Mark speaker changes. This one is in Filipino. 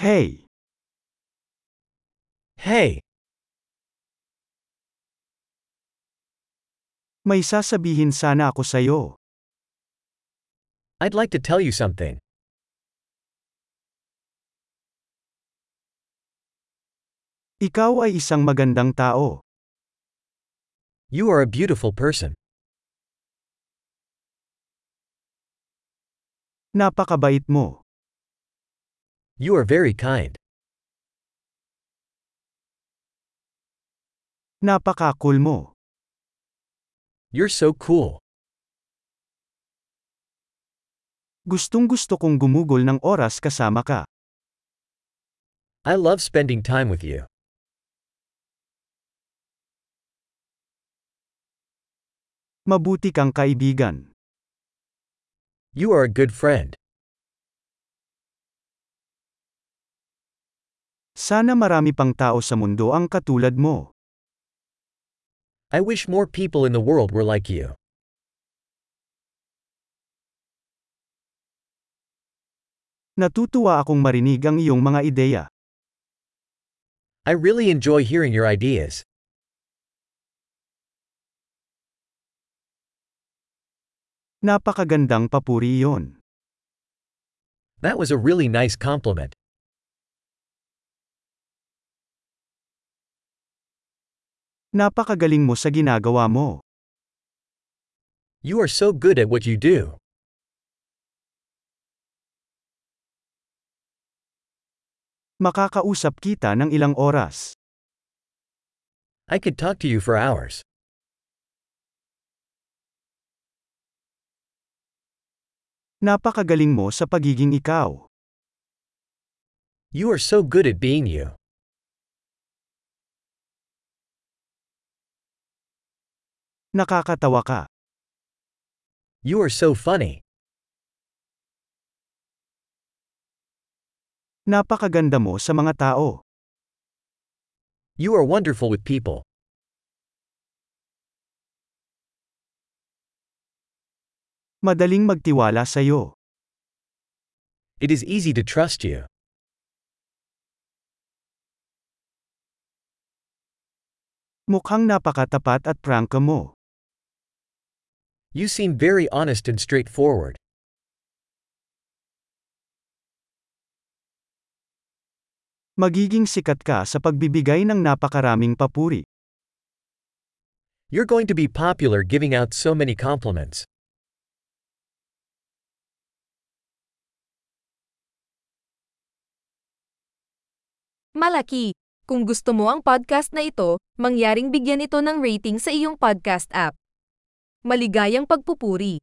Speaker 1: Hey.
Speaker 2: Hey,
Speaker 1: May sasabihin sana ako sa'yo.
Speaker 2: I'd like to tell you something.
Speaker 1: Ikaw ay isang magandang tao.
Speaker 2: You are a beautiful person.
Speaker 1: Napakabait mo.
Speaker 2: You are very kind.
Speaker 1: Napaka-cool mo.
Speaker 2: You're so cool.
Speaker 1: Gustong-gusto kong gumugol ng oras kasama ka.
Speaker 2: I love spending time with you.
Speaker 1: Mabuti kang kaibigan.
Speaker 2: You are a good friend.
Speaker 1: Sana marami pang tao sa mundo ang katulad mo.
Speaker 2: I wish more people in the world were like you.
Speaker 1: Natutuwa akong marinig ang iyong mga ideya.
Speaker 2: I really enjoy hearing your ideas.
Speaker 1: Napakagandang papuri iyon.
Speaker 2: That was a really nice compliment.
Speaker 1: Napakagaling mo sa ginagawa mo.
Speaker 2: You are so good at what you do.
Speaker 1: Makakausap kita ng ilang oras.
Speaker 2: I could talk to you for hours.
Speaker 1: Napakagaling mo sa pagiging ikaw.
Speaker 2: You are so good at being you.
Speaker 1: Nakakatawa ka.
Speaker 2: You are so funny.
Speaker 1: Napakaganda mo sa mga tao.
Speaker 2: You are wonderful with people.
Speaker 1: Madaling magtiwala sa iyo.
Speaker 2: It is easy to trust you.
Speaker 1: Mukhang napakatapat at prangka mo.
Speaker 2: You seem very honest and straightforward.
Speaker 1: Magiging sikat ka sa pagbibigay ng napakaraming papuri.
Speaker 2: You're going to be popular giving out so many compliments.
Speaker 3: Malaki! Kung gusto mo ang podcast na ito, mangyaring bigyan ito ng rating sa iyong podcast app. Maligayang pagpupuri!